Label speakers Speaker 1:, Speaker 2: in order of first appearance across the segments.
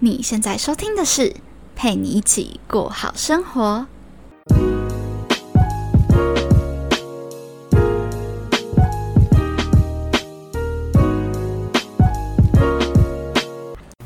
Speaker 1: 你现在收听的是《陪你一起过好生活》。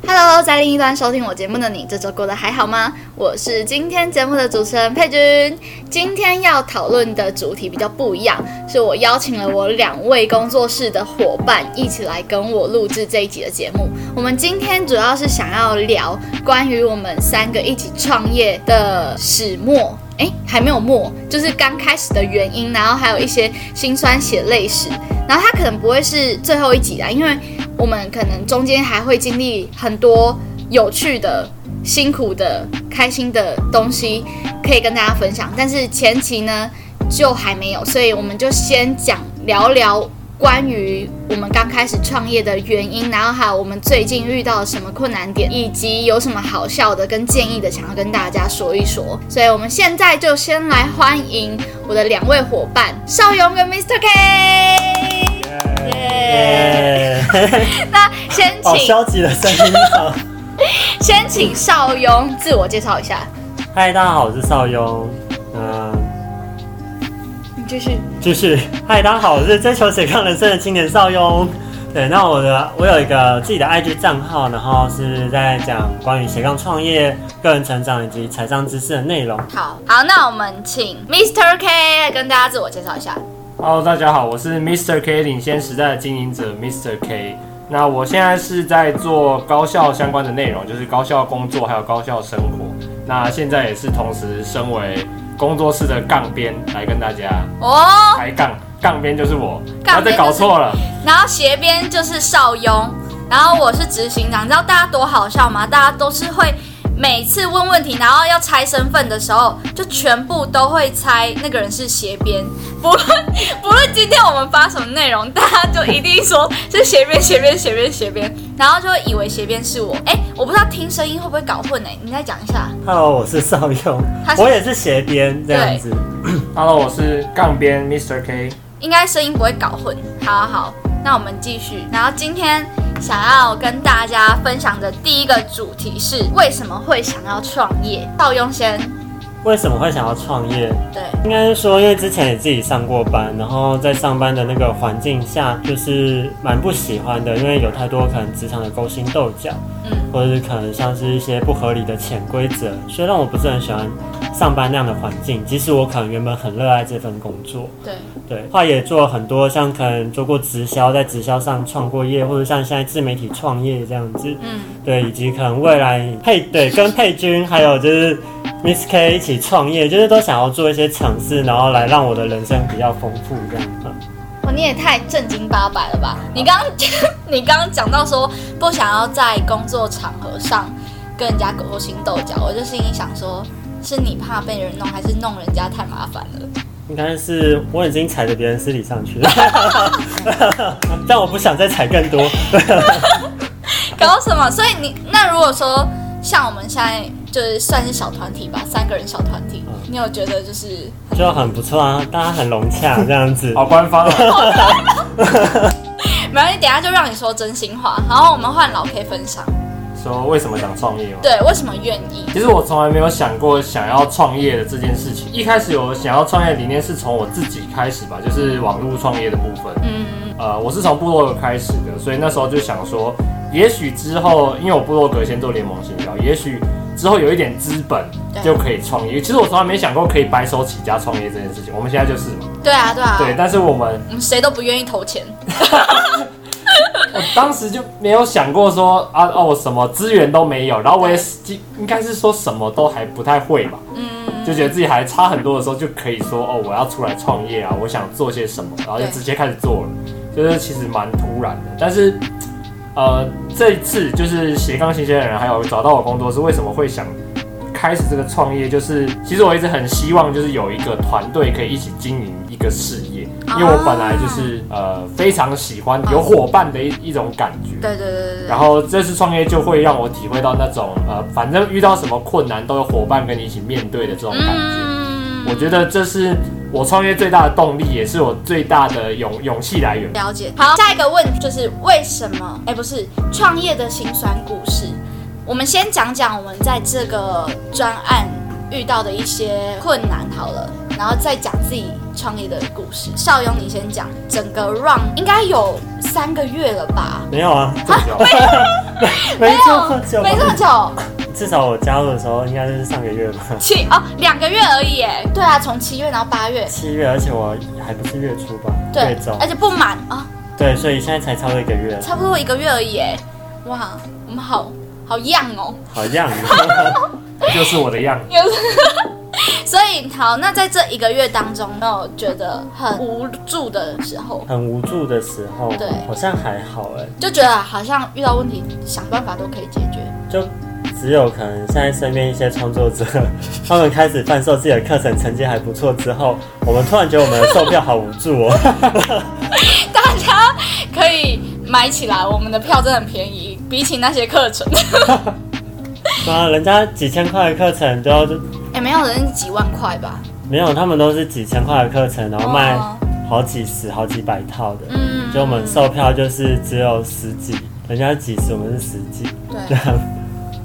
Speaker 1: Hello，在另一端收听我节目的你，这周过得还好吗？我是今天节目的主持人佩君。今天要讨论的主题比较不一样，是我邀请了我两位工作室的伙伴一起来跟我录制这一集的节目。我们今天主要是想要聊关于我们三个一起创业的始末。诶，还没有末，就是刚开始的原因，然后还有一些辛酸血泪史，然后它可能不会是最后一集啦，因为我们可能中间还会经历很多有趣的、辛苦的、开心的东西可以跟大家分享，但是前期呢就还没有，所以我们就先讲聊聊关于我们刚开始创业的原因，然后还有我们最近遇到什么困难点，以及有什么好笑的跟建议的，想要跟大家说一说。所以我们现在就先来欢迎我的两位伙伴邵勇跟 Mr. K。耶 那先
Speaker 2: 好
Speaker 1: 请
Speaker 2: 哦消极的声音 啊！
Speaker 1: 先请邵勇自我介绍一下，
Speaker 2: 嗨，大家好，我是邵优。嗯、
Speaker 1: 你继续。
Speaker 2: 继续。嗨，大家好，我是追求斜杠人生的青年邵优。对，那我的我有一个自己的 IG 账号，然后是在讲关于斜杠创业、个人成长以及财商知识的内容。
Speaker 1: 好好，那我们请 Mr. K 来跟大家自我介绍一下。
Speaker 3: Hello，大家好，我是 Mr. K 领先时代的经营者 Mr. K。那我现在是在做高校相关的内容，就是高校工作还有高校生活。那现在也是同时身为工作室的杠边来跟大家
Speaker 1: 哦，
Speaker 3: 抬杠，杠边就是我，不
Speaker 1: 杠
Speaker 3: 要
Speaker 1: 边
Speaker 3: 再搞错了。
Speaker 1: 然后斜边就是邵雍，然后我是执行长。你知道大家多好笑吗？大家都是会每次问问题，然后要猜身份的时候，就全部都会猜那个人是斜边。不论不论今天我们发什么内容，大家就一定说是斜边斜边斜边斜边，然后就会以为斜边是我。哎，我不知道听声音会不会搞混哎、你再讲一下。
Speaker 2: Hello，我是邵优
Speaker 1: 他，是
Speaker 2: 我也是斜边这样子。
Speaker 3: Hello，我是杠边 Mr. K。
Speaker 1: 应该声音不会搞混。好好好，那我们继续。然后今天想要跟大家分享的第一个主题是为什么会想要创业？邵雍先，
Speaker 2: 为什么会想要创业？
Speaker 1: 对，
Speaker 2: 应该是说，因为之前也自己上过班，然后在上班的那个环境下，就是蛮不喜欢的，因为有太多可能职场的勾心斗角，
Speaker 1: 嗯，
Speaker 2: 或者是可能像是一些不合理的潜规则，所以让我不是很喜欢上班那样的环境。即使我可能原本很热爱这份工作，
Speaker 1: 对，
Speaker 2: 对，话也做了很多，像可能做过直销，在直销上创过业，或者像现在自媒体创业这样子，
Speaker 1: 嗯，
Speaker 2: 对，以及可能未来配对跟佩君还有就是 Miss K 一起创业，就是都想要做一些尝试，然后来让我的人生比较丰富这样嗯子。
Speaker 1: 哇，哦你也太正经八百了吧？你刚 你刚刚讲到说不想要在工作场合上跟人家勾心斗角，我就心里想说。是你怕被人弄，还是弄人家太麻烦了？
Speaker 2: 应该是我已经踩着别人尸体上去了， 但我不想再踩更多。
Speaker 1: 搞什么？所以你那如果说像我们现在就是算是小团体吧，三个人小团体，
Speaker 2: 嗯
Speaker 1: 你有觉得就是
Speaker 2: 就很不错啊，大家很融洽这样子。
Speaker 3: 好官方哦，
Speaker 1: 没关系，等一下就让你说真心话，然后我们换老 K 分享。
Speaker 3: 说为什么想创业哦吗？
Speaker 1: 对，为什么愿意？
Speaker 3: 其实我从来没有想过想要创业的这件事情。一开始有想要创业的理念是从我自己开始吧，就是网络创业的部分。
Speaker 1: 嗯，
Speaker 3: 呃，我是从部落格开始的，所以那时候就想说，也许之后因为我部落格先做联盟行销，也许之后有一点资本
Speaker 1: 对
Speaker 3: 就可以创业。其实我从来没想过可以白手起家创业这件事情，我们现在就是嘛。
Speaker 1: 对啊，对啊，
Speaker 3: 对，但是我们
Speaker 1: 我们谁都不愿意投钱。
Speaker 3: 我当时就没有想过说啊哦什么资源都没有，然后我也是应该是说什么都还不太会吧。
Speaker 1: 嗯，
Speaker 3: 就觉得自己还差很多的时候，就可以说哦，我要出来创业啊，我想做些什么，然后就
Speaker 1: 对
Speaker 3: 直接开始做了，就是其实蛮突然的。但是，呃，这一次就是斜杠新鲜人，还有找到我工作室，为什么会想开始这个创业？就是其实我一直很希望，就是有一个团队可以一起经营一个事业，因为我本来就是呃非常喜欢有伙伴的一一种感觉。
Speaker 1: 对对对对对
Speaker 3: 然后这次创业就会让我体会到那种呃，反正遇到什么困难都有伙伴跟你一起面对的这种感觉。
Speaker 1: 嗯，
Speaker 3: 我觉得这是我创业最大的动力，也是我最大的勇勇气来源。
Speaker 1: 了解。好，下一个问题就是为什么？哎，不是创业的辛酸故事。我们先讲讲我们在这个专案遇到的一些困难好了，然后再讲自己创业的故事。邵雍，你先讲，整个 run 应该有三个月了吧？
Speaker 2: 没有啊，
Speaker 3: 这么久，
Speaker 2: 没
Speaker 1: 有
Speaker 2: 这么久吧，
Speaker 1: 没这么 久，
Speaker 2: 至少我加入的时候应该就是上个月吧，
Speaker 1: 七哦，两个月而已哎。对啊，从七月然后八月，
Speaker 2: 七月，而且我还不是月初吧，
Speaker 1: 对
Speaker 2: 月中，，
Speaker 1: 而且不满啊、
Speaker 2: 对，所以现在才超过一个月，
Speaker 1: 差不多一个月而已哎。哇，我们好好样哦。
Speaker 2: 好 像
Speaker 3: 就是我的样子。
Speaker 1: 所以好，那在这一个月当中，没有觉得很无助的时候，
Speaker 2: 很无助的时候
Speaker 1: 对，
Speaker 2: 好像还好哎，
Speaker 1: 就觉得好像遇到问题想办法都可以解决。
Speaker 2: 就只有可能现在身边一些创作者，他们开始贩售自己的课程，成绩还不错之后，我们突然觉得我们的售票好无 助哦，
Speaker 1: 大家可以买起来，我们的票真的很便宜，比起那些课 程，
Speaker 2: 啊，人家几千块的课程都
Speaker 1: 哎、没有人几万块吧？
Speaker 2: 没有，他们都是几千块的课程，然后卖
Speaker 1: 哦
Speaker 2: 好几十、好几百套的。
Speaker 1: 嗯，
Speaker 2: 就我们售票就是只有十几，人家几十，我们是十几，这
Speaker 1: 对
Speaker 2: 样。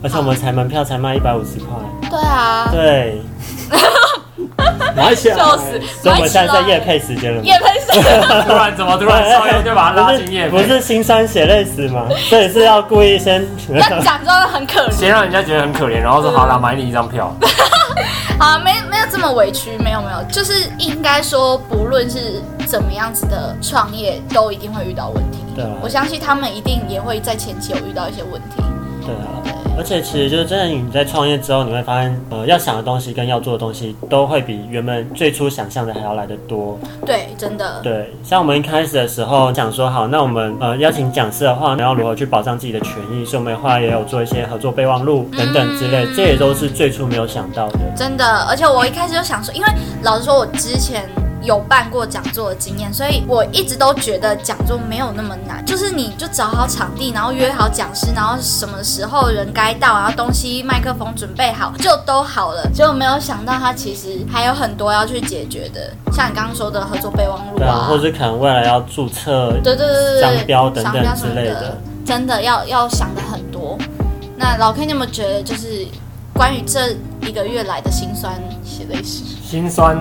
Speaker 2: 而且我们才门票才卖一百五十块，
Speaker 1: 对啊，
Speaker 2: 对。拿起 来
Speaker 1: 笑死
Speaker 2: 所以我们现在在
Speaker 1: 拿起来
Speaker 2: 夜配时间了吗。哎
Speaker 1: 叶喷 射，
Speaker 3: 突然 怎么突然少爷就把他拉进夜
Speaker 2: 不是不
Speaker 3: 配，
Speaker 2: 是心酸血泪史吗？所以是要故意先。
Speaker 1: 那讲真的很 可怜
Speaker 3: 先让人家觉得很可怜，然后
Speaker 1: 嗯
Speaker 3: 说好啦，买你一张票。
Speaker 1: 啊，没没有这么委屈，没有没有，就是应该说，不论是怎么样子的创业，都一定会遇到问题。
Speaker 2: 对啊
Speaker 1: 我相信他们一定也会在前期有遇到一些问题。
Speaker 2: 对啊，而且其实就是真的，你在创业之后，你会发现，呃，要想的东西跟要做的东西都会比原本最初想象的还要来得多。
Speaker 1: 对，真的，
Speaker 2: 对，像我们一开始的时候讲说，好，那我们呃邀请讲师的话，你要如何去保障自己的权益？所以我们的话也有做一些合作备忘录等等之类，这也都是最初没有想到的。
Speaker 1: 真的，而且我一开始就想说，因为老实说，我之前有办过讲座的经验，所以我一直都觉得讲座没有那么难，就是你就找好场地，然后约好讲师，然后什么时候人该到，然后东西、麦克风准备好，就都好了。结果没有想到，它其实还有很多要去解决的，像你刚刚说的合作备忘录
Speaker 2: 对
Speaker 1: 啊，
Speaker 2: 啊，或者可能未来要注册，
Speaker 1: 对对对对对，
Speaker 2: 商标等等
Speaker 1: 商标什么
Speaker 2: 之类
Speaker 1: 的
Speaker 2: 的，
Speaker 1: 真的要要想的很多。那老 K，你有没有觉得就是关于这一个月来的辛酸血泪史？
Speaker 3: 心酸，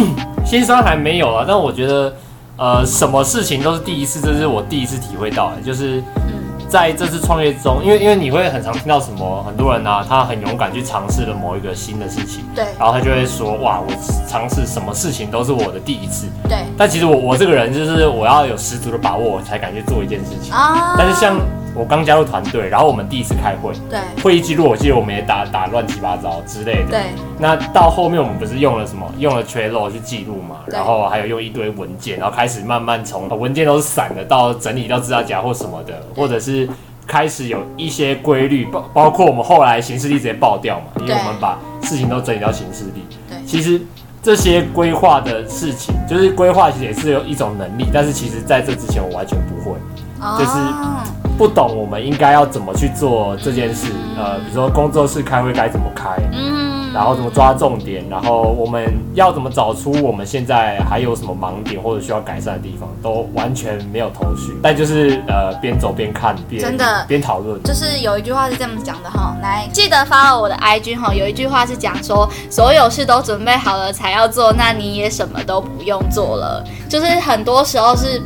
Speaker 3: 心酸还没有啊，但我觉得，呃，什么事情都是第一次，这是我第一次体会到的，就是
Speaker 1: 嗯
Speaker 3: 在这次创业中，因为因为你会很常听到什么，很多人啊，他很勇敢去尝试了某一个新的事情，
Speaker 1: 对
Speaker 3: 然后他就会说，哇，我尝试什么事情都是我的第一次，
Speaker 1: 对
Speaker 3: 但其实我我这个人就是我要有十足的把握，我才敢去做一件事情。
Speaker 1: 啊，
Speaker 3: 但是像我刚加入团队，然后我们第一次开会，
Speaker 1: 对
Speaker 3: 会议记录我记得我们也打打乱七八糟之类的。
Speaker 1: 对
Speaker 3: 那到后面我们不是用了什么？用了 Trello 去记录嘛，
Speaker 1: 对
Speaker 3: 然后还有用一堆文件，然后开始慢慢从哦文件都是散的到整理到资料夹或什么的，
Speaker 1: 对
Speaker 3: 或者是开始有一些规律，包包括我们后来行事历直接爆掉嘛，因为
Speaker 1: 对
Speaker 3: 我们把事情都整理到行事历。
Speaker 1: 对
Speaker 3: 其实这些规划的事情，就是规划其实也是有一种能力，但是其实在这之前我完全不会。就是
Speaker 1: 啊
Speaker 3: 不懂我们应该要怎么去做这件事，呃，比如说工作室开会该怎么开，
Speaker 1: 嗯，
Speaker 3: 然后怎么抓重点，然后我们要怎么找出我们现在还有什么盲点或者需要改善的地方，都完全没有头绪。但就是呃，边走边看，边
Speaker 1: 真的
Speaker 3: 边讨论。
Speaker 1: 就是有一句话是这么讲的哈，来记得 follow 我的 IG 哈，有一句话是讲说，所有事都准备好了才要做，那你也什么都不用做了。就是很多时候是，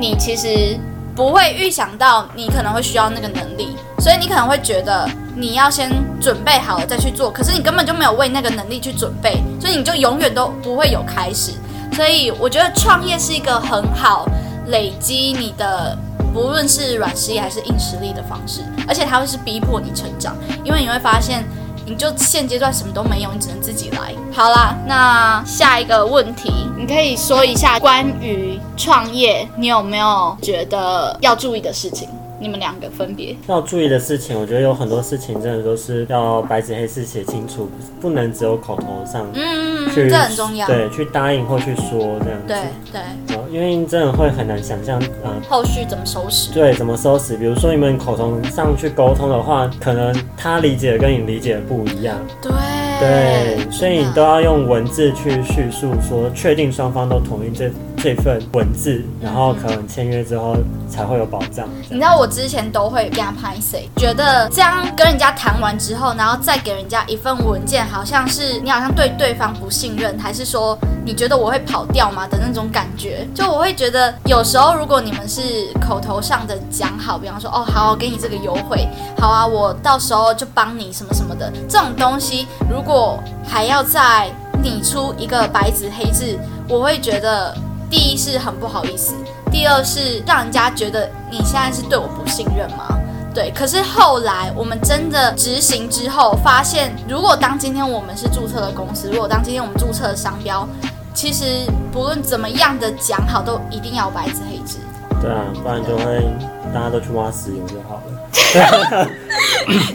Speaker 1: 你其实不会预想到你可能会需要那个能力，所以你可能会觉得你要先准备好了再去做，可是你根本就没有为那个能力去准备，所以你就永远都不会有开始。所以我觉得创业是一个很好累积你的不论是软实力还是硬实力的方式，而且它会是逼迫你成长，因为你会发现，你就现阶段什么都没有，你只能自己来。好啦，那下一个问题，你可以说一下关于创业，你有没有觉得要注意的事情？你们两个分别，
Speaker 2: 要注意的事情，我觉得有很多事情真的都是要白纸黑字写清楚，不能只有口头上
Speaker 1: 嗯，
Speaker 2: 去、
Speaker 1: 这很重要，
Speaker 2: 对，去答应或去说这样子。
Speaker 1: 对对，
Speaker 2: 呃因为真的会很难想象，呃，
Speaker 1: 后续怎么收拾？
Speaker 2: 对，怎么收拾？比如说你们口头上去沟通的话，可能他理解的跟你理解的不一样，
Speaker 1: 对
Speaker 2: 对，所以你
Speaker 1: 真
Speaker 2: 都
Speaker 1: 的
Speaker 2: 要用文字去叙述说，确定双方都同意这这份文字，然后可能签约之后才会有保障。
Speaker 1: 你知道我之前都会给他拍谁，觉得这样跟人家谈完之后，然后再给人家一份文件，好像是你好像对对方不信任，还是说你觉得我会跑掉吗的那种感觉。就我会觉得有时候如果你们是口头上的讲好，比方说哦好，我给你这个优惠，好啊，我到时候就帮你什么什么的，这种东西如果还要再拟出一个白纸黑字，我会觉得第一是很不好意思。第二是让人家觉得你现在是对我不信任吗？对，可是后来我们真的执行之后，发现如果当今天我们是注册的公司，如果当今天我们注册的商标，其实不论怎么样的讲好，都一定要有白纸黑字。
Speaker 2: 对啊，不然就会大家都去挖石油就好了。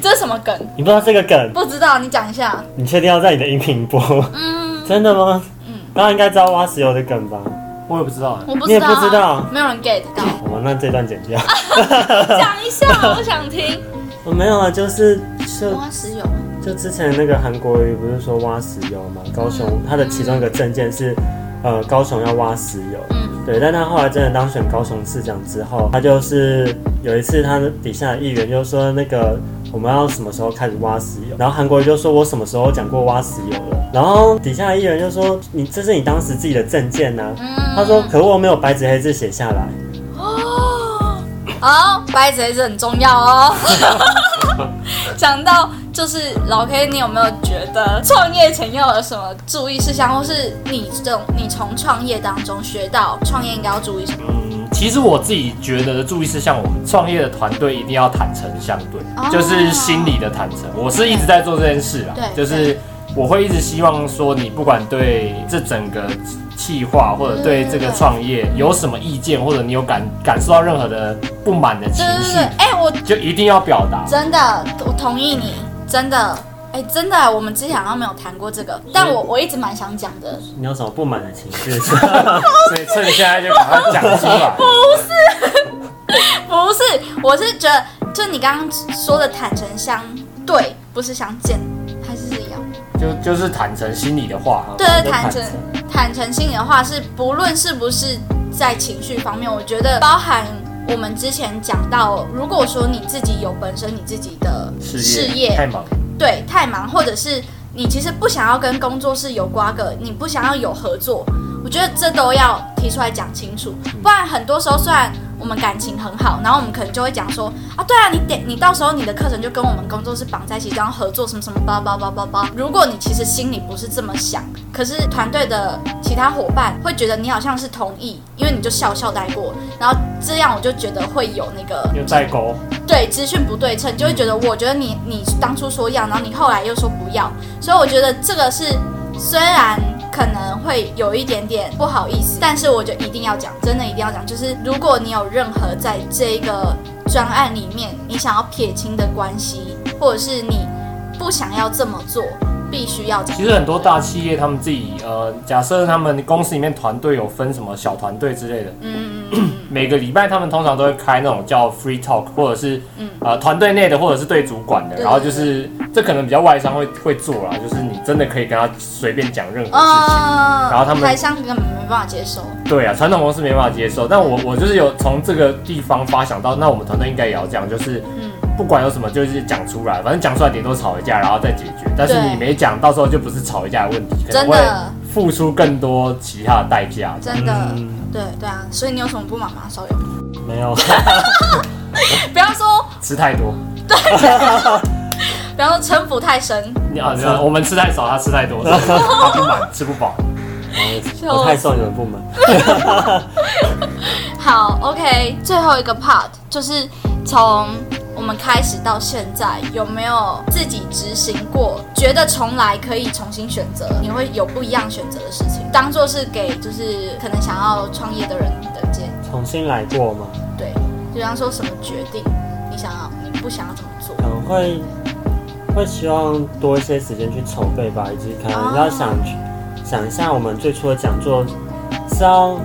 Speaker 1: 这是什么梗？
Speaker 2: 你不知道这个梗，
Speaker 1: 不知道，你讲一下。
Speaker 2: 你确定要在你的音频播？
Speaker 1: 嗯，
Speaker 2: 真的吗？
Speaker 1: 嗯
Speaker 2: 大家应该知道挖石油的梗吧？
Speaker 3: 我也不知道哎、
Speaker 1: 我不知
Speaker 2: 你也
Speaker 1: 道、
Speaker 2: 不知道，
Speaker 1: 没有人 get 到。
Speaker 2: 我们那这段剪 掉。
Speaker 1: 啊讲一 下，我想听。
Speaker 2: 我没有啊，就是就
Speaker 1: 挖石油，
Speaker 2: 就之前那个韩国瑜不是说挖石油嘛？高雄
Speaker 1: 嗯
Speaker 2: 他的其中一个证件是，呃，高雄要挖石油。
Speaker 1: 嗯
Speaker 2: 对，但他后来真的当选高雄市长之后，他就是有一次他的底下的议员就说那个我们要什么时候开始挖石油，然后韩国瑜就说我什么时候讲过挖石油了，然后底下的议员就说你这是你当时自己的证件呐、
Speaker 1: 嗯
Speaker 2: 他说可我没有白纸黑字写下来，
Speaker 1: 哦，好，白纸黑字很重要哦。 讲到就是老 K，你有没有觉得创业前要有什么注意事项，或是你这种你从创业当中学到创业应该要注意什么？
Speaker 3: 嗯，其实我自己觉得的注意事项，我们创业的团队一定要坦诚相对，
Speaker 1: 哦
Speaker 3: 就是心理的坦诚。我是一直在做这件事啊，
Speaker 1: 对
Speaker 3: 就是我会一直希望说，你不管对这整个企划或者对
Speaker 1: 嗯
Speaker 3: 这个创业有什么意见，或者你有感感受到任何的不满的情
Speaker 1: 对对
Speaker 3: 绪
Speaker 1: 对，，哎、我
Speaker 3: 就一定要表达。
Speaker 1: 真的我同意你，真的。哎、真的，我们之前好像没有谈过这个，
Speaker 3: 嗯
Speaker 1: 但我我一直蛮想讲的。
Speaker 2: 你有什么不满的情绪？
Speaker 3: 所以趁现在就把它讲出来。
Speaker 1: 不是，我是觉得，就你刚刚说的坦诚相对，不是相见，还是一样。
Speaker 3: 就就是坦诚心里的话 啊，
Speaker 1: 对
Speaker 2: 就
Speaker 1: 坦诚坦诚心里的话是，不论是不是在情绪方面，我觉得包含我们之前讲到，如果说你自己有本身你自己的
Speaker 3: 事业太忙了，
Speaker 1: 对太忙，或者是你其实不想要跟工作室有瓜葛，你不想要有合作，我觉得这都要提出来讲清楚，
Speaker 3: 嗯
Speaker 1: 不然很多时候虽然我们感情很好，然后我们可能就会讲说啊，对啊，你点你到时候你的课程就跟我们工作室绑在一起，然后合作什么什么包包包包包。如果你其实心里不是这么想，可是团队的其他伙伴会觉得你好像是同意，因为你就笑笑带过，然后这样我就觉得会有那个
Speaker 3: 又代沟，
Speaker 1: 对资讯不对称，就会觉得我觉得你你当初说要，然后你后来又说不要，所以我觉得这个是虽然可能会有一点点不好意思，但是我觉得一定要讲，真的一定要讲，就是如果你有任何在这个专案里面你想要撇清的关系，或者是你不想要这么做，必须要讲。
Speaker 3: 其实很多大企业他们自己呃，假设他们公司里面团队有分什么小团队之类的，
Speaker 1: 嗯嗯嗯
Speaker 3: 每个礼拜他们通常都会开那种叫 free talk，或者是
Speaker 1: 嗯
Speaker 3: 呃团队内的，或者是对主管的，
Speaker 1: 对
Speaker 3: 然后就是这可能比较外商会会做啦，就是你真的可以跟他随便讲任何事
Speaker 1: 嗯，
Speaker 3: 情。
Speaker 1: 呃
Speaker 3: 然后他们
Speaker 1: 台商根本没办法接受。
Speaker 3: 对啊，传统公司没办法接受，但我我就是有从这个地方发想到，那我们团队应该也要这样，就是
Speaker 1: 嗯，
Speaker 3: 不管有什么，就是讲出来，反正讲出来顶多吵一架，然后再解决。但是
Speaker 1: 对
Speaker 3: 你没讲，到时候就不是吵一架的问题，可能
Speaker 1: 真
Speaker 3: 会
Speaker 1: 的
Speaker 3: 付出更多其他的代价。
Speaker 1: 真的，
Speaker 2: 嗯
Speaker 1: 对对啊，所以你有什么不满吗？稍友，
Speaker 2: 没有，
Speaker 1: 不要说
Speaker 3: 吃太多，
Speaker 1: 比方说城府太深，
Speaker 3: 你啊，
Speaker 2: 吃
Speaker 3: 没有我们吃太少，他吃太多， 所以他不满，吃不饱。
Speaker 2: 我太受你们不满。
Speaker 1: 好，OK，最后一个 part 就是从我们开始到现在，有没有自己执行过，觉得重来可以重新选择，你会有不一样选择的事情，当做是给就是可能想要创业的人的建议，
Speaker 2: 重新来过吗？
Speaker 1: 对，就比方说什么决定，你想要你不想要怎么做
Speaker 2: 可，能会会希望多一些时间去筹备吧，以及可
Speaker 1: 哦
Speaker 2: 能要想、去想一下我们最初的讲座是要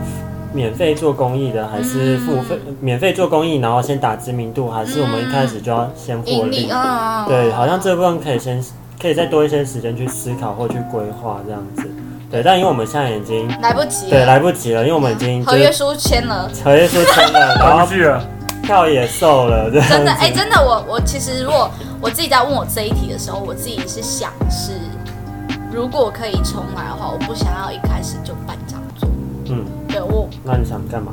Speaker 2: 免费做公益的，还是付费、
Speaker 1: 嗯
Speaker 2: 免费做公益，然后先打知名度，还是我们一开始就要先获
Speaker 1: 盈
Speaker 2: 利？
Speaker 1: 利，嗯嗯，嗯
Speaker 2: 对，好像这部分可以先可以再多一些时间去思考或去规划这样子。对，但因为我们现在已经
Speaker 1: 来不及了，
Speaker 2: 对来不及了，因为我们已经
Speaker 1: 合约书签了。
Speaker 2: 合约书签了，然
Speaker 3: 然
Speaker 2: 后
Speaker 3: 后去了，
Speaker 2: 票也售了，对，
Speaker 1: 真的，哎、真的，我我其实如果我自己在问我这一题的时候，我自己是想是，如果可以重来的话，我不想要一开始就办这样做。
Speaker 2: 嗯，
Speaker 1: 对我，
Speaker 2: 那你想 干嘛？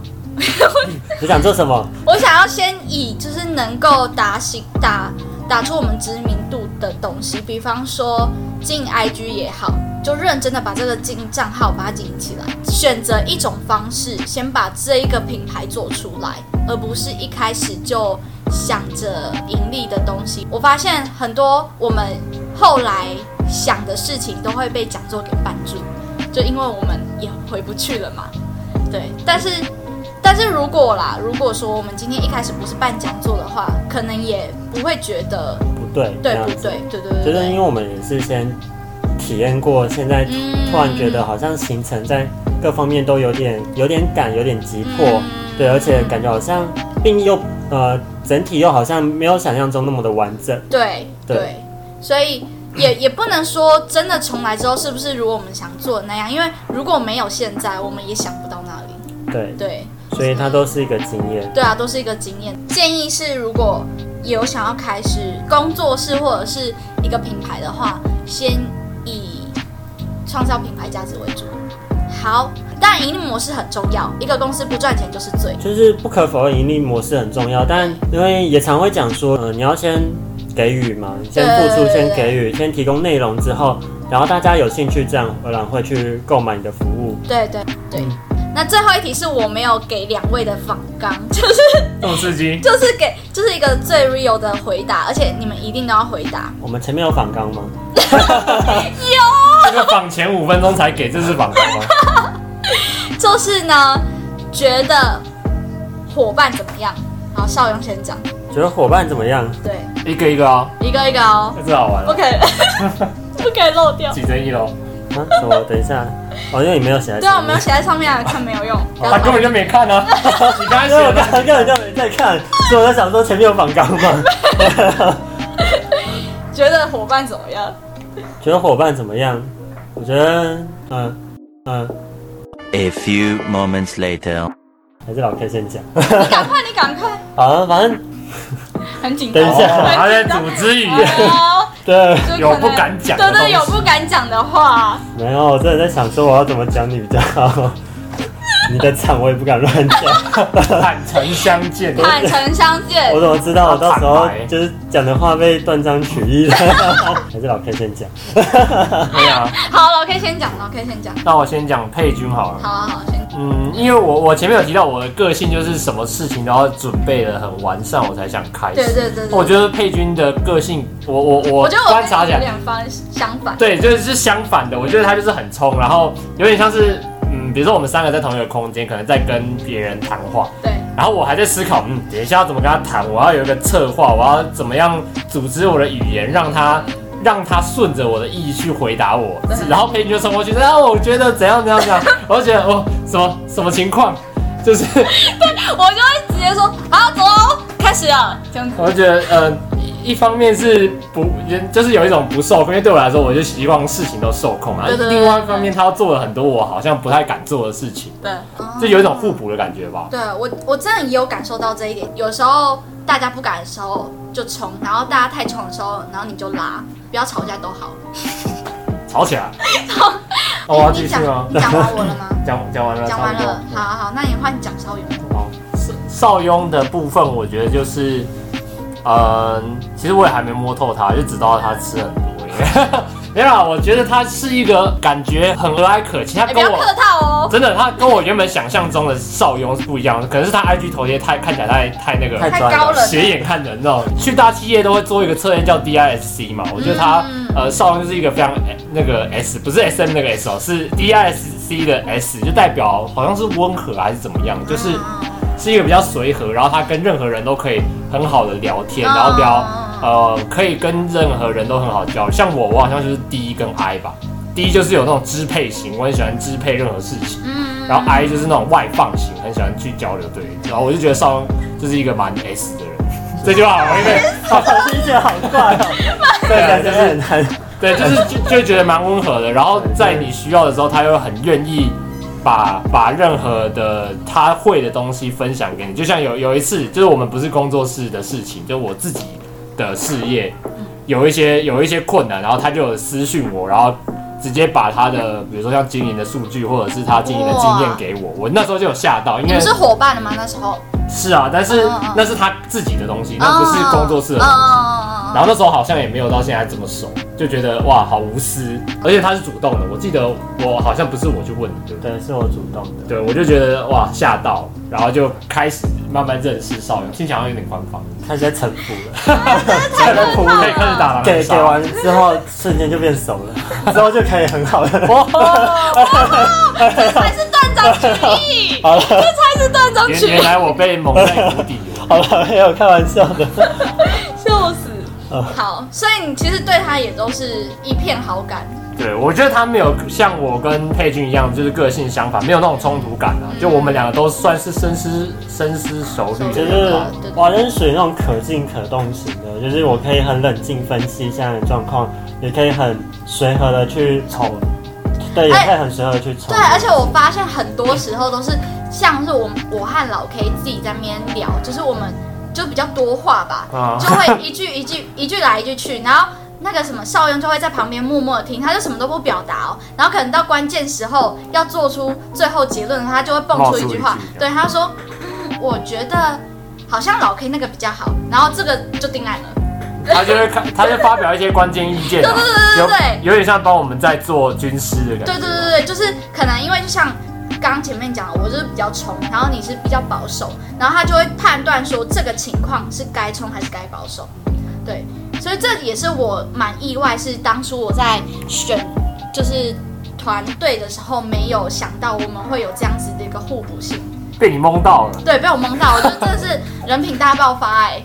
Speaker 2: 你想做什么？
Speaker 1: 我想要先以就是能够打醒打打出我们知名度的东西，比方说进 IG 也好，就认真的把这个进账号把它经营起来，选择一种方式，先把这一个品牌做出来，而不是一开始就想着盈利的东西。我发现很多我们后来想的事情都会被讲座给绊住，就因为我们也回不去了嘛。对，但是但是如果啦，如果说我们今天一开始不是办讲座的话，可能也不会觉得
Speaker 2: 不对，这
Speaker 1: 对
Speaker 2: 样
Speaker 1: 不
Speaker 2: 子。
Speaker 1: 对，对对对
Speaker 2: 就
Speaker 1: 对
Speaker 2: 是因为我们也是先体验过，现在
Speaker 1: 嗯
Speaker 2: 突然觉得好像行程在各方面都有点有点赶，有点急迫，
Speaker 1: 嗯
Speaker 2: 对，而且感觉好像并又呃整体又好像没有想象中那么的完整，
Speaker 1: 对
Speaker 2: 对
Speaker 1: 对，所以也也不能说真的重来之后是不是如我们想做的那样，因为如果没有现在，我们也想不到那里。
Speaker 2: 对，
Speaker 1: 对
Speaker 2: 所以它都是一个经验，
Speaker 1: 对啊，都是一个经验。建议是，如果有想要开始工作室或者是一个品牌的话，先以创造品牌价值为主。好，当然盈利模式很重要，一个公司不赚钱就是罪。
Speaker 2: 就是不可否认盈利模式很重要，但因为也常会讲说，呃，你要先给予嘛，你先付出，
Speaker 1: 对
Speaker 2: 先给予，先提供内容之后，然后大家有兴趣，自然而然会去购买你的服务。
Speaker 1: 对对对。那最后一题是我没有给两位的访纲， 就是
Speaker 3: 这么刺激，
Speaker 1: 就是给就是一个最 real 的回答，而且你们一定都要回答。
Speaker 2: 我们前面有反纲吗？
Speaker 3: 这个访前五分钟才给，这是访谈吗？
Speaker 1: 就是呢，觉得伙伴怎么样？好，邵勇先讲。
Speaker 2: 觉得伙伴怎么样？
Speaker 1: 对，
Speaker 3: 一个一个啊，
Speaker 1: 一个一个哦。
Speaker 3: 这好玩
Speaker 1: 不
Speaker 3: 哦，
Speaker 1: 可以，不可以漏掉。
Speaker 3: 几争议喽，
Speaker 2: 啊，什么？等一下，哦，因为你没有写在上面。
Speaker 1: 对啊，我没有写在上面啊，看没有用。不要
Speaker 3: 他根本就没看啊， 你刚才
Speaker 2: 因为我刚
Speaker 3: 写的
Speaker 2: 刚根本就没在看，所以我在想说前面有反纲吗？
Speaker 1: 觉得伙伴怎么 样？
Speaker 2: 觉得伙伴怎么样？我觉得，嗯嗯，
Speaker 4: A few moments later.
Speaker 2: 还是老 K 先讲。
Speaker 1: 你赶快，你赶快，
Speaker 2: 好、啊，反正
Speaker 1: 很紧张。
Speaker 2: 等一下
Speaker 3: 哦他在组织语言，
Speaker 1: 哦
Speaker 2: 对，
Speaker 1: 就可能
Speaker 3: 有不敢讲的
Speaker 1: 对
Speaker 3: 东
Speaker 1: 对，
Speaker 3: 西
Speaker 1: 有不敢讲的 话，
Speaker 2: 没有，我真的在想说我要怎么讲你比较好。你的场我也不敢乱讲，
Speaker 3: 坦诚相见，
Speaker 1: 坦诚相见
Speaker 2: 我。怎么知道我到时
Speaker 3: 好
Speaker 2: 候
Speaker 3: 坦白
Speaker 2: 就是讲的话被断章取义了？还是老 K 先讲。
Speaker 3: 对啊。
Speaker 1: 好了，我可以先讲了，我可以先讲。
Speaker 3: 那我先讲佩君好了。
Speaker 1: 好啊好好，先
Speaker 3: 嗯，因为我我前面有提到我的个性就是什么事情都要准备的很完善，我才想开始。
Speaker 1: 对对对对。
Speaker 3: 我觉得佩君的个性，我我我
Speaker 1: 我觉得我
Speaker 3: 观察
Speaker 1: 跟你
Speaker 3: 起
Speaker 1: 有
Speaker 3: 来，
Speaker 1: 点方相反。
Speaker 3: 对，就是相反的。我觉得他就是很冲，然后有点像是嗯，比如说我们三个在同一个空间，可能在跟别人谈话，
Speaker 1: 对
Speaker 3: 然后我还在思考，嗯，等一下要怎么跟他谈，我要有一个策划，我要怎么样组织我的语言，让他让他顺着我的意去回答我
Speaker 1: 对，
Speaker 3: 然后裴云就冲过去，然后我觉得怎样怎样怎样， 我就觉得哦，什么什么情况，就是
Speaker 1: 我就会直接说好，走哦，开始了，这样子。
Speaker 3: 我就觉得呃，一一方面是不就是有一种不受控，因为对我来说，我就希望事情都受控啊
Speaker 1: 对对。对
Speaker 3: 另外一方面，他要做了很多我好像不太敢做的事情，
Speaker 1: 对，
Speaker 3: 就呃有一种互补的感觉吧。
Speaker 1: 对我，我真的也有感受到这一点。有时候大家不敢的时候就冲，然后大家太冲的时候，然后你就拉，不要吵架都好。
Speaker 3: 吵 起来，哦，我要
Speaker 1: 你
Speaker 3: 继续
Speaker 1: 讲
Speaker 3: 吗？
Speaker 1: 你讲完我了 吗？
Speaker 3: 讲讲完了，
Speaker 1: 讲完
Speaker 3: 差不多
Speaker 1: 了，好好好，那你换讲稍远。
Speaker 3: 好，邵哦邵雍的部分，我觉得就是，嗯，其实我也还没摸透他，就只知道他吃很多耶。 没有啦，啊我觉得他是一个感觉很和蔼可亲，
Speaker 1: 哎、
Speaker 3: 他
Speaker 1: 不
Speaker 3: 跟
Speaker 1: 要
Speaker 3: 我
Speaker 1: 客套哦。
Speaker 3: 真的，他跟我原本想象中的邵雍是不一样的，可能是他 IG 头贴太看起来太太那个
Speaker 2: 太
Speaker 1: 太高了，
Speaker 3: 斜眼看人哦。去大企业都会做一个测验叫 DISC 嘛，我觉得他、
Speaker 1: 嗯
Speaker 3: 呃邵雍就是一个非常呃那个 S，不是 SM 那个 S 哦，是 DISC 的 S，就代表好像是温和还是怎么样，就是。是一个比较随和，然后他跟任何人都可以很好的聊
Speaker 1: 嗯
Speaker 3: 天，然后聊
Speaker 1: 嗯
Speaker 3: 呃，可以跟任何人都很好交流。像我，我好像就是 D 跟 I 吧，D 就是有那种支配型，我很喜欢支配任何事情，
Speaker 1: 嗯，
Speaker 3: 然后 I 就是那种外放型，很喜欢去交流对。然后我就觉得邵恩就是一个蛮 S 的人，这句话好因为
Speaker 2: 理解好怪哦，这感觉很难。
Speaker 3: 对，就是就就觉得蛮温和的。然后在你需要的时候，他又很愿意把把任何的他会的东西分享给你。就像有有一次，就是我们不是工作室的事情，就我自己的事业有一些有一些困难，然后他就有私讯我，然后直接把他的比如说像经营的数据或者是他经营的经验给我。我那时候就有吓到，因
Speaker 1: 你
Speaker 3: 为
Speaker 1: 们是伙伴吗？那时候？
Speaker 3: 是啊，但是
Speaker 1: 嗯嗯嗯
Speaker 3: 那是他自己的东西，那不是工作室的东西。
Speaker 1: 哦
Speaker 3: 然后那时候好像也没有到现在这么熟，就觉得哇，好无私，而且他是主动的。我记得我好像不是我去问你，对不对？
Speaker 2: 对，是我主动的。
Speaker 3: 对，我就觉得哇吓到，然后就开始慢慢认识少勇，听起来好像有点官方，
Speaker 2: 他现在臣服了，
Speaker 1: 哦
Speaker 3: 太可怕可以开始打狼
Speaker 2: 给
Speaker 3: 人
Speaker 2: 给
Speaker 3: 杀。
Speaker 2: 完之后瞬间就变熟 了，之后就可以很好 哦的。
Speaker 1: 这才是断章取 义，
Speaker 2: 好了
Speaker 1: 这才是断章
Speaker 3: 原
Speaker 1: 取
Speaker 3: 原
Speaker 1: 义，
Speaker 3: 来我被蒙在鼓底了，
Speaker 2: 好了，没有开玩笑 的。
Speaker 1: 笑死
Speaker 2: 嗯。
Speaker 1: 好，所以你其实对他也都是一片好感。
Speaker 3: 对我觉得他没有像我跟佩君一样，就是个性相反，没有那种冲突感啊。就我们两个都算是深思深思熟虑的
Speaker 2: 就
Speaker 3: 人，
Speaker 2: 是我认属于那种可进可动型的，就是我可以很冷静分析现在的状况，也可以很随和的去从，对，也可以很随和的去
Speaker 1: 哎
Speaker 2: 从。
Speaker 1: 对，而且我发现很多时候都是像是我我和老 K 自己在那边聊，就是我们就比较多话吧，
Speaker 3: 啊
Speaker 1: 就会一句一句一句来一句去，然后那个什么邵雍就会在旁边默默的听，他就什么都不表达哦，然后可能到关键时候要做出最后结论的时候，他就会蹦出一句
Speaker 3: 冒
Speaker 1: 话
Speaker 3: 出一句，
Speaker 1: 对，他说，嗯，我觉得好像老 K 那个比较好，然后这个就定案了。
Speaker 3: 他就会看，他就发表一些关键意 见、啊，
Speaker 1: 对对对对对
Speaker 3: 有有点像帮我们在做军师的感觉。
Speaker 1: 对对对对，就是可能因为就像刚刚前面讲的，我就是比较冲，然后你是比较保守，然后他就会判断说这个情况是该冲还是该保守。对，所以这也是我蛮意外，是当初我在选就是团队的时候没有想到我们会有这样子的一个互补性。
Speaker 3: 被你蒙到了，
Speaker 1: 对，被我蒙到，我就真的是人品大爆发哎、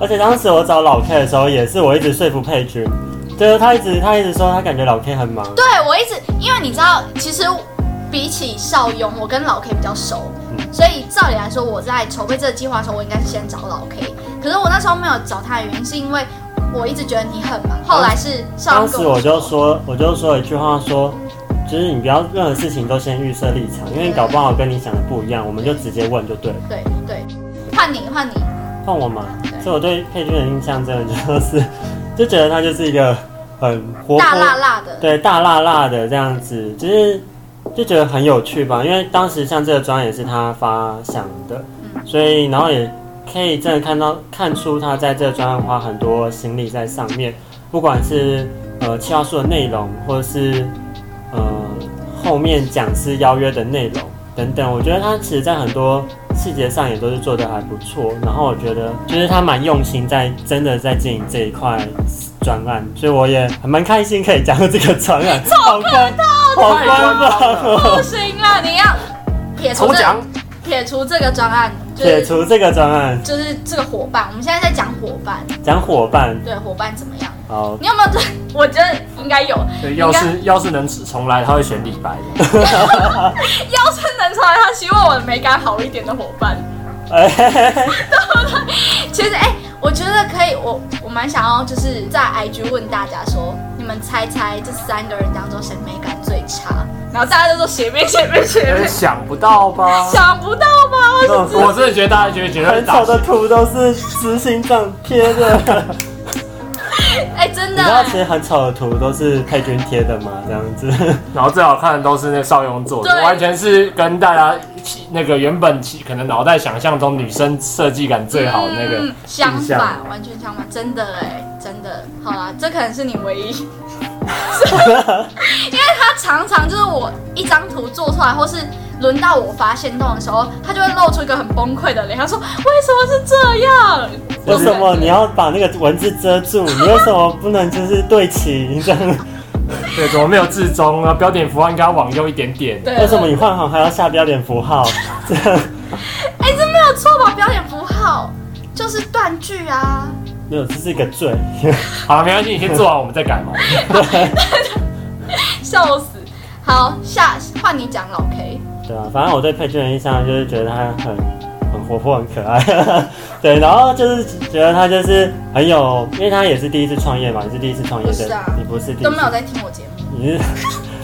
Speaker 2: 而且当时我找老 K 的时候，也是我一直说服佩君，就是他一直他一直说他感觉老 K 很忙，
Speaker 1: 对我一直，因为你知道，其实比起邵雍，我跟老 K 比较熟，所以照理来说，我在筹备这个计划的时候，我应该是先找老 K。可是我那时候没有找他的原因，是因为我一直觉得你很忙。后来是邵
Speaker 2: 当
Speaker 1: 雍
Speaker 2: 时
Speaker 1: 跟
Speaker 2: 我就
Speaker 1: 说，
Speaker 2: 说我就说一句话说。就是你不要任何事情都先预设立场，因为你搞不好跟你想的不一样，我们就直接问就对了。
Speaker 1: 对对，换你换你，
Speaker 2: 换我嘛，
Speaker 1: 对
Speaker 2: 所以我对佩君的印象真的就是，就觉得他就是一个很活泼
Speaker 1: 大辣辣的，
Speaker 2: 对，大辣辣的这样子，就是就觉得很有趣吧。因为当时像这个专也是他发想的，
Speaker 1: 嗯
Speaker 2: 所以然后也可以真的看到看出他在这个专案花很多心力在上面，不管是呃企划书的内容，或者是呃后面讲师邀约的内容等等，我觉得他其实在很多细节上也都是做的还不错。然后我觉得就是他蛮用心在真的在经营这一块专案，所以我也还蛮开心可以加入这个专案，好官好
Speaker 3: 太
Speaker 2: 官
Speaker 3: 官
Speaker 2: 方
Speaker 3: 方了
Speaker 2: 哦。
Speaker 1: 不行了，你要撇除
Speaker 3: 抽
Speaker 1: 这
Speaker 3: 奖
Speaker 1: 个撇除这个专案，就
Speaker 2: 解
Speaker 1: 是
Speaker 2: 除这个专案，
Speaker 1: 就是这个伙伴，我们现在在讲伙伴，
Speaker 2: 讲伙伴，
Speaker 1: 对伙伴怎么样？
Speaker 2: 好，
Speaker 1: 你有没有？ 对，我觉得应该有，
Speaker 3: 对，要是要是能重来，他会选李白
Speaker 1: 要
Speaker 3: 的。
Speaker 1: 是能出来，他希望我美感好一点的伙伴。
Speaker 2: 哎、嘿嘿嘿
Speaker 1: 其实，哎、我觉得可以，我我蛮想要就是在 IG 问大家说，你们猜猜这三个人当中谁美感最差？然后大家都说斜面斜面斜
Speaker 3: 真
Speaker 2: 哎
Speaker 1: 面，
Speaker 3: 想不 到吧？
Speaker 1: 想不到吧？
Speaker 2: 那种
Speaker 3: 我真的觉得大家觉得觉得
Speaker 2: 很
Speaker 3: 打
Speaker 2: 丑的图都是执行长贴的。
Speaker 1: 哎、真
Speaker 2: 你
Speaker 1: 的、
Speaker 2: 知道其实很丑的图都是佩君贴的吗？这样子，
Speaker 3: 然后最好看的都是那个邵雍做的，
Speaker 1: 对
Speaker 3: 完全是跟大家起那个原本起可能脑袋想象中女生设计感最好的那个
Speaker 1: 嗯相
Speaker 3: 印象
Speaker 1: 反，完全相反，真的哎、真的。好啦，这可能是你唯 一，因为他常常就是我一张图做出来，或是轮到我发现动的时候，他就会露出一个很崩溃的脸，他说：“为什么是这样？”
Speaker 2: 为什么你要把那个文字遮住？你为什么不能就是对齐？你这样，
Speaker 3: 对，怎么没有至中啊？标点符号应该要往右一点点。
Speaker 1: 对，
Speaker 2: 为什么你换行还要下标点符号？这样
Speaker 1: 哎、这没有错吧？表演符号就是断句啊。
Speaker 2: 没有，这是一个罪。
Speaker 3: 好了，没关系，你先做完我们再改 嘛。
Speaker 1: 笑死。好，下换你讲老 K。
Speaker 2: 对啊，反正我对佩君的印象就是觉得他很很活泼、很可爱。 对，然后就是觉得他就是很有，因为他也是第一次创业嘛，你是第一次创业
Speaker 1: 不是
Speaker 2: 的
Speaker 1: 啊，
Speaker 2: 你不是第一
Speaker 1: 都没有
Speaker 2: 次，
Speaker 1: 在听我节目，
Speaker 2: 你是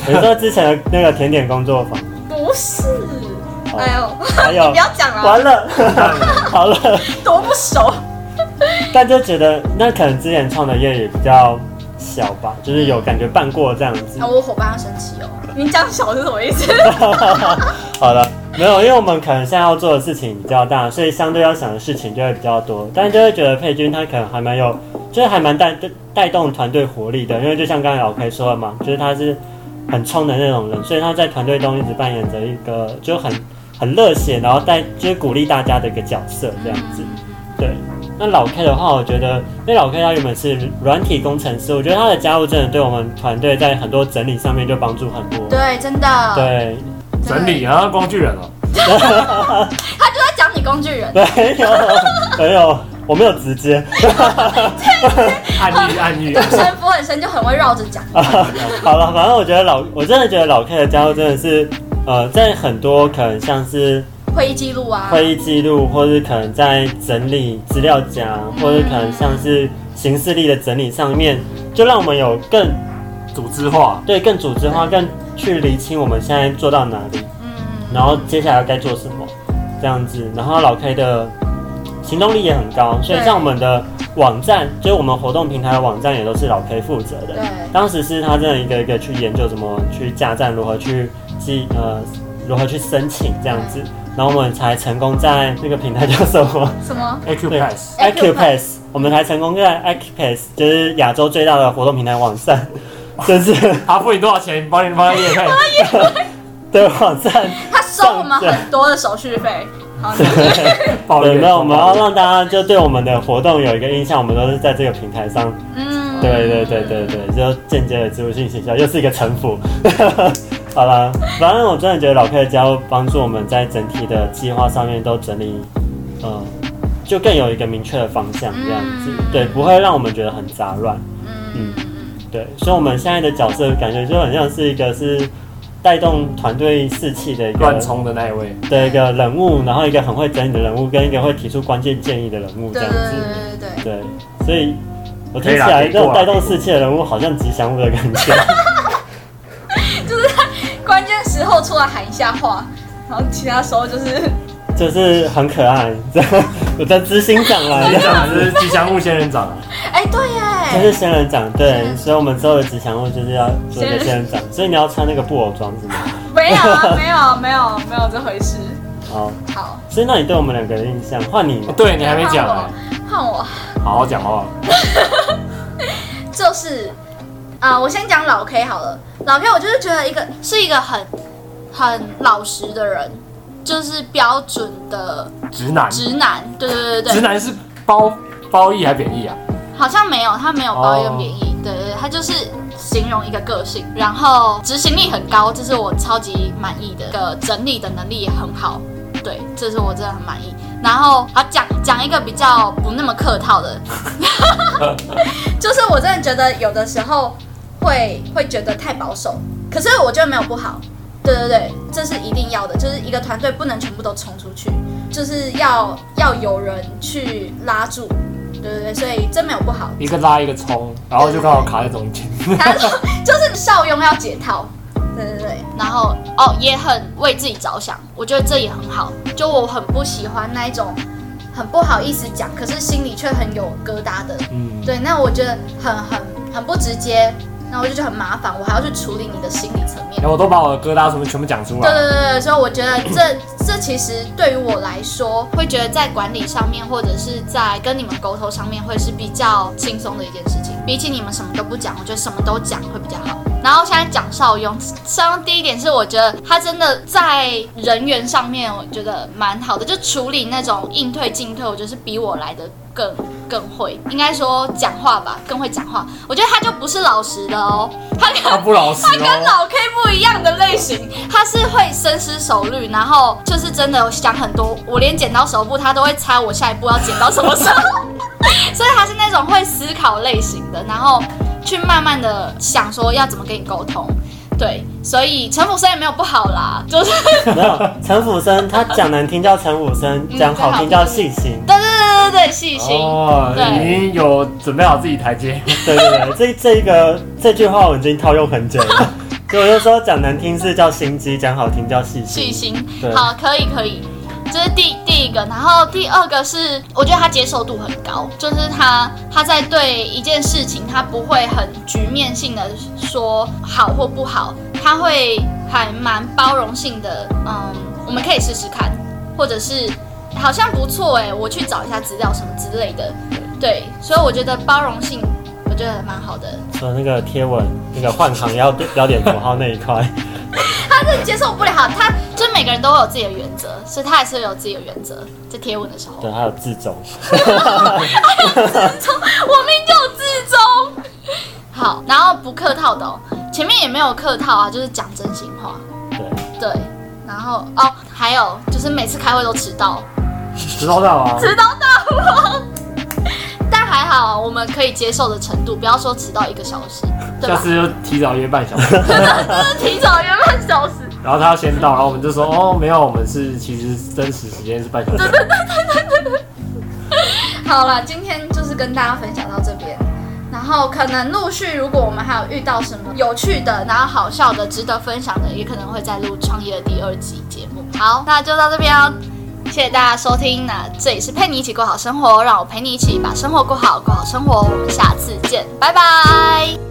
Speaker 2: 你说之前的那个甜点工作坊，
Speaker 1: 不是。
Speaker 2: 好
Speaker 1: 哎呦，
Speaker 2: 还 有
Speaker 1: 不要啊讲了，
Speaker 2: 完了， 好了，
Speaker 1: 多不熟。
Speaker 2: 但就觉得那可能之前创的业也比较小吧，就是有感觉办过这样子
Speaker 1: 啊，。我伙伴要生气哦。你讲小是什么意思？
Speaker 2: 好了，没有，因为我们可能现在要做的事情比较大，哎所以相对要想的事情就会比较多，但就会觉得佩君他可能还蛮有，就是还蛮带带动团队活力的，因为就像刚才老 K 说的嘛，就是他是很冲的那种人，所以他在团队中一直扮演着一个就很很热血，然后带就是鼓励大家的一个角色这样子。对，那老 K 的话，我觉得因为老 K 他原本是软体工程师，我觉得他的加入真的对我们团队在很多整理上面就帮助很多。
Speaker 1: 对，真的。，
Speaker 2: 对，
Speaker 3: 整理啊，工具人哦、
Speaker 1: 他就在讲你工具人。
Speaker 2: 没有，没有，我没有直接。
Speaker 3: 暗喻暗 喻。
Speaker 1: 深夫很深就很会绕着讲。
Speaker 2: 好了，反正我觉得老， 我真的觉得老 K 的加入真的是，呃，在很多可能像是
Speaker 1: 会议记录啊，
Speaker 2: 会议记录，或是可能在整理资料夹，或是可能像是行事历的整理上面，就让我们有更
Speaker 3: 组织 化，
Speaker 2: 对更组织化，更去厘清我们现在做到哪里，
Speaker 1: 嗯，
Speaker 2: 然后接下来该做什么，这样子。然后老 K 的行动力也很高，所以
Speaker 1: 对
Speaker 2: 像我们的网站，就是我们活动平台的网站也都是老 K 负责的。
Speaker 1: 对，
Speaker 2: 当时是他真的一个一个去研究怎么去架站，如何去记呃如何去申请这样子，然后我们才成功在那个平台叫什么
Speaker 1: 什么？
Speaker 3: AQ Pass，
Speaker 2: iQpass，我们才成功在 iQpass 就是亚洲最大的活动平台网站，就是
Speaker 3: 他付你多少钱，帮你帮你也配，
Speaker 2: 的网站。
Speaker 1: 他收我们很多的手续费。好，你
Speaker 3: 抱
Speaker 2: 对，
Speaker 3: 怨。
Speaker 2: 那我们要让大家就对我们的活动有一个印象，我们都是在这个平台上。
Speaker 1: 嗯，
Speaker 2: 对对对对对，就间接的植入性行销，又是一个城府。 好了，反正我真的觉得老 K 的加入帮助我们在整体的计划上面都整理，呃，就更有一个明确的方向，这样子，
Speaker 1: 嗯
Speaker 2: 对，不会让我们觉得很杂乱，
Speaker 1: 嗯，
Speaker 2: 对，所以我们现在的角色感觉就很像是一个是带动团队士气的一
Speaker 3: 乱
Speaker 2: 个
Speaker 3: 冲的那一位，
Speaker 2: 的一个人物，然后一个很会整理的人物，跟一个会提出关键建议的人物，这
Speaker 1: 对
Speaker 2: 样
Speaker 1: 对
Speaker 2: 子，
Speaker 1: 对对对对。
Speaker 2: 对，所以我听
Speaker 3: 可以
Speaker 2: 起
Speaker 3: 啦
Speaker 2: 来
Speaker 3: 可以
Speaker 2: 这种
Speaker 3: 过啦啊
Speaker 2: 带动士气的人物好像吉祥物的感觉。
Speaker 1: 关键时候出来喊一下话，然后其他时候就是
Speaker 2: 就是很可爱，这样我的执行长来
Speaker 3: 这
Speaker 2: 的，
Speaker 3: 样子是吉祥物仙人掌啊，
Speaker 1: 哎、对
Speaker 2: 这
Speaker 1: 耶，
Speaker 2: 是仙人掌，对，所以我们之后的吉祥物就是要做一个仙人掌，所以你要穿那个布偶装是吗？
Speaker 1: 没有啊，没有啊没有没有这回事。
Speaker 2: 好，
Speaker 1: 好，
Speaker 2: 所以那你对我们两个的印象，换你 嘛，
Speaker 3: 对你还没讲哎，
Speaker 1: 换我，
Speaker 3: 好好讲话。
Speaker 1: 就是啊、我先讲老 K 好了。老 K 我就是觉得一个是一个很很老实的人，就是标准的
Speaker 3: 直男，
Speaker 1: 直男。对对对对
Speaker 3: 直男是褒褒义还贬义啊？
Speaker 1: 好像没有，他没有褒义跟
Speaker 3: 哦
Speaker 1: 贬义，对对对，他就是形容一个个性，然后执行力很高，这是我超级满意的，个整理的能力也很好，对，这是我真的很满意。然后好讲讲一个比较不那么客套的，就是我真的觉得有的时候会会觉得太保守，可是我觉得没有不好，对对对，这是一定要的，就是一个团队不能全部都冲出去，就是要要有人去拉住，对对对，所以这没有不好。
Speaker 3: 一个拉一个冲，然后就刚好卡在中间。
Speaker 1: 他说就是效用要解套，对对对，然后哦也很为自己着想，我觉得这也很好。就我很不喜欢那一种很不好意思讲，可是心里却很有疙瘩的，
Speaker 3: 嗯，
Speaker 1: 对，那我觉得很很很不直接，那我就觉得很麻烦，我还要去处理你的心理层面
Speaker 3: 然。哎后我都把我的疙瘩什么全部讲出
Speaker 1: 对
Speaker 3: 来。
Speaker 1: 对对对，所以我觉得这 这其实对于我来说，会觉得在管理上面，或者是在跟你们沟通上面，会是比较轻松的一件事情。比起你们什么都不讲，我觉得什么都讲会比较好。然后现在讲邵雍，邵雍第一点是我觉得他真的在人员上面，我觉得蛮好的，就处理那种应退进退，我觉得是比我来的更更会，应该说讲话吧，更会讲话。我觉得他就不是老实的哦，他可
Speaker 3: 他不老实
Speaker 1: 他跟
Speaker 3: 哦，
Speaker 1: 老 K 不一样的类型，他是会深思熟虑，然后就是真的有想很多。我连剪刀手部，他都会猜我下一步要剪到什么时候， 所以他是那种会思考类型的，然后去慢慢的想说要怎么跟你沟通。对，所以城府生也没有不好啦，就是
Speaker 2: 没有陈辅生，他讲难听叫陈辅生，
Speaker 1: 嗯。
Speaker 2: 讲好听叫细心
Speaker 1: 对对对对对，细心。
Speaker 3: 哦，
Speaker 1: 对
Speaker 3: 已经有准备好自己台阶，
Speaker 2: 对对对，这这一个这句话我已经套用很久了。 所以我就说讲难听是叫心机，讲好听叫细
Speaker 1: 细
Speaker 2: 心。
Speaker 1: 心
Speaker 2: 对。
Speaker 1: 好，可以可以，这是第第一个。然后第二个是，我觉得他接受度很高，就是他他在对一件事情，他不会很局面性的说好或不好，他会还蛮包容性的。嗯，我们可以试试看，或者是好像不错哎、我去找一下资料什么之类的。对，所以我觉得包容性，我觉得蛮好的。
Speaker 2: 说那个贴文，那个换行要要点符号那一块，
Speaker 1: 接受不了，他就是每个人都会有自己的原则，所以他还是有自己的原则。在贴文的时候，
Speaker 2: 对，还有自重。
Speaker 1: 我命就有自中。好，然后不客套的哦，前面也没有客套啊，就是讲真心话。
Speaker 2: 对，
Speaker 1: 对，然后哦，还有就是每次开会都迟到，
Speaker 3: 知道到 啊，
Speaker 1: 迟到到我，但还好我们可以接受的程度，不要说迟到一个小时，对
Speaker 3: 下
Speaker 1: 吧？
Speaker 3: 次就提早约半小时，
Speaker 1: 就是提早约半小时，
Speaker 3: 然后他要先到，然后我们就说哦，没有，我们是其实真实时间是半小时，
Speaker 1: 好了，今天就是跟大家分享到这边。然后可能陆续，如果我们还有遇到什么有趣的，然后好笑的、值得分享的，也可能会再录创业的第二集节目。好，那就到这边哦，谢谢大家收听。那这里是陪你一起过好生活，让我陪你一起把生活过好，过好生活。我们下次见，拜拜。